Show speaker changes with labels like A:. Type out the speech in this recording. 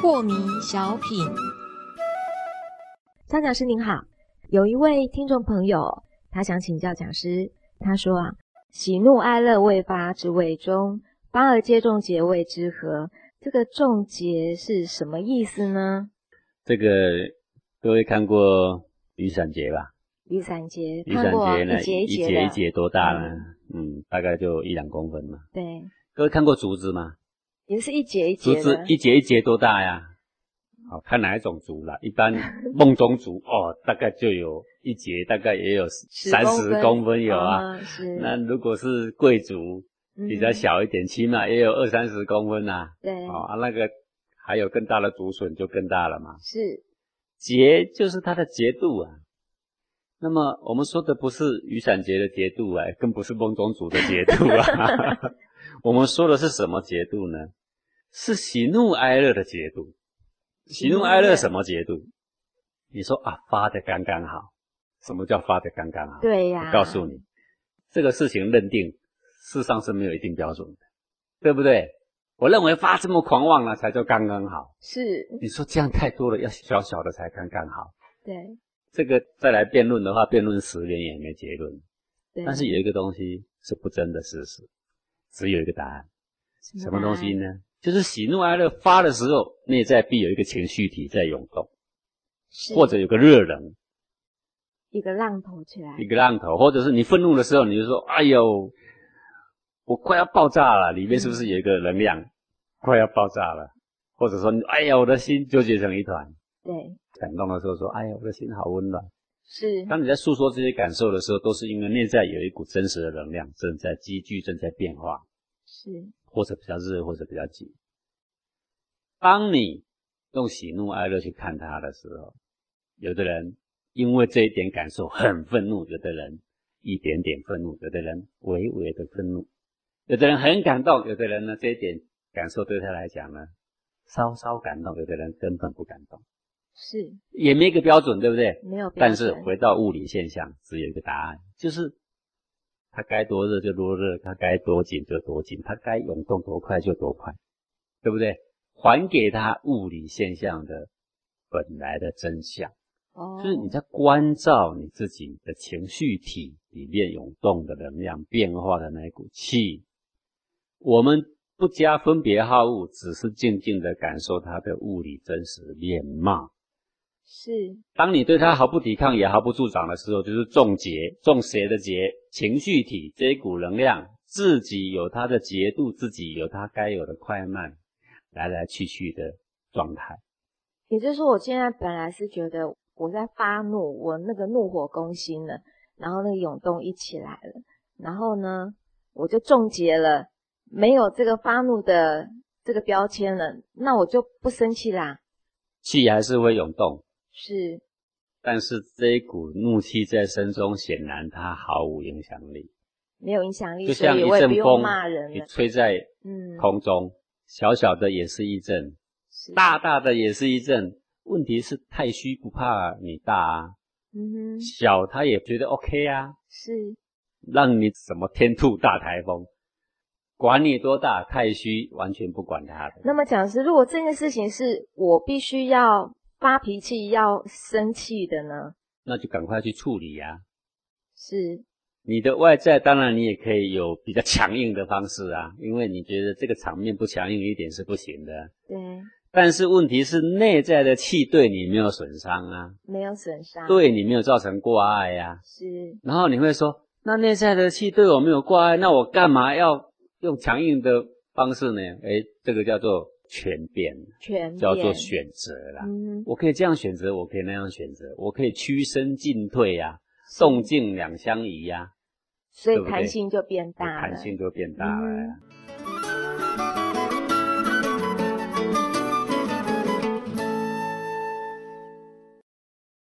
A: 破迷小品，张讲师您好，有一位听众朋友，他想请教讲师，他说啊，喜怒哀乐未发之谓中，八而皆中结谓之和，这个中结是什么意思呢？
B: 这个各位看过雨伞节吧？
A: 雨伞节
B: 雨
A: 看
B: 伞
A: 过啊
B: 节呢，
A: 一节
B: 一
A: 节
B: 节
A: 的，
B: 一节多大呢？嗯，大概就一两公分嘛。
A: 对，
B: 各位看过竹子吗？
A: 也是一节一
B: 竹
A: 节
B: 子
A: 的，
B: 一节一节多大呀？好看哪一种竹啦？一般梦中 竹哦，大概就有一节，大概也有三十公分有啊。
A: 嗯是
B: 那如果是桂竹，比较
A: 嗯
B: 小一点，起码也有二三十公分呐、
A: 对，
B: 哦啊，那个还有更大的竹笋就更大了嘛。
A: 是
B: 节就是它的节度啊。那么我们说的不是雨伞节的节度啊，更不是梦中竹的节度啊。我们说的是什么节度呢？是喜怒哀乐的节度。喜怒哀乐什么节度？你说啊，发的刚刚好。什么叫发的刚刚好？
A: 对啊呀、
B: 我告诉你，这个事情认定世上是没有一定标准的，对不对？我认为发这么狂妄了才叫刚刚好。
A: 是，
B: 你说这样太多了，要小小的才刚刚好。
A: 对
B: 这个再来辩论的话，辩论十年也没结论。
A: 对。
B: 但是有一个东西是不争的事实，只有一个答案。
A: 嗯
B: 什么东西呢？就是喜怒哀乐发的时候，内在必有一个情绪体在涌动，
A: 是嗯
B: 或者有个热能，
A: 一个浪头起来
B: 一，个浪头，或者是你愤怒的时候，你就说：“哎呦，我快要爆炸了！”里面是不是有一个能量、
A: 嗯
B: 快要爆炸了？或者说：“哎呀，我的心纠结成一团。
A: 对，”
B: 感动的时候说：“哎呀，我的心好温暖。”
A: 是
B: 当你在诉说这些感受的时候，都是因为内在有一股真实的能量正在积聚、正在变化，
A: 是，
B: 或者比较热，或者比较急。当你用喜怒哀乐去看它的时候，有的人因为这一点感受很愤怒，有的人一点点愤怒，有的人微微的愤怒，有的人很感动，有的人呢这一点感受对他来讲呢稍稍感动，有的人根本不感动，
A: 是
B: 也没一个标准，对不对？
A: 没有标
B: 但是
A: 准
B: 回到物理现象，只有一个答案，就是它该多热就多热，它该多紧就多紧，它该涌动多快就多快，对不对？还给它物理现象的本来的真相，
A: 哦，
B: 就是你在关照你自己的情绪体里面涌动的能量变化的那一股气。我们不加分别好恶，只是静静的感受它的物理真实面貌。
A: 是
B: 当你对他毫不抵抗也毫不助长的时候，就是中结，中邪的结，情绪体这一股能量，自己有它的节度，自己有它该有的快慢，来来去去的状态。
A: 也就是说，我现在本来是觉得我在发怒，我那个怒火攻心了，然后那个涌动一起来了，然后呢，我就终结了，没有这个发怒的这个标签了，那我就不生气啦。
B: 气还是会涌动，
A: 是
B: 但是这一股怒气在身中，显然它毫无影响力，
A: 没有影响力，
B: 就
A: 所
B: 像
A: 以
B: 一
A: 我也
B: 阵
A: 不用
B: 风
A: 骂人
B: 你
A: 了。
B: 吹在
A: 嗯，
B: 空中，小小的也是一阵，
A: 是
B: 大大的也是一阵。问题是太虚不怕你大啊，
A: 嗯哼，
B: 小他也觉得 OK 啊。
A: 是
B: 让你什么天兔大台风，管你多大太虚，完全不管他的。
A: 那么讲师，如果这件事情是我必须要发脾气、要生气的呢？
B: 那就赶快去处理呀、
A: 是
B: 你的外在当然你也可以有比较强硬的方式啊，因为你觉得这个场面不强硬一点是不行的。
A: 对，
B: 但是问题是内在的气对你没有损伤啊，
A: 没有损伤。，
B: 对你没有造成挂碍呀、
A: 是
B: 然后你会说，那内在的气对我没有挂碍，那我干嘛要用强硬的方式呢？诶，这个叫做权变，
A: 全
B: 叫做
A: 面
B: 选择啦。
A: 嗯，
B: 我可以这样选择，我可以那样选择，我可以屈身进退呀、动静两相宜呀、啊
A: 所以
B: 对不对
A: 弹性就变大了。
B: 弹性就变大了呀、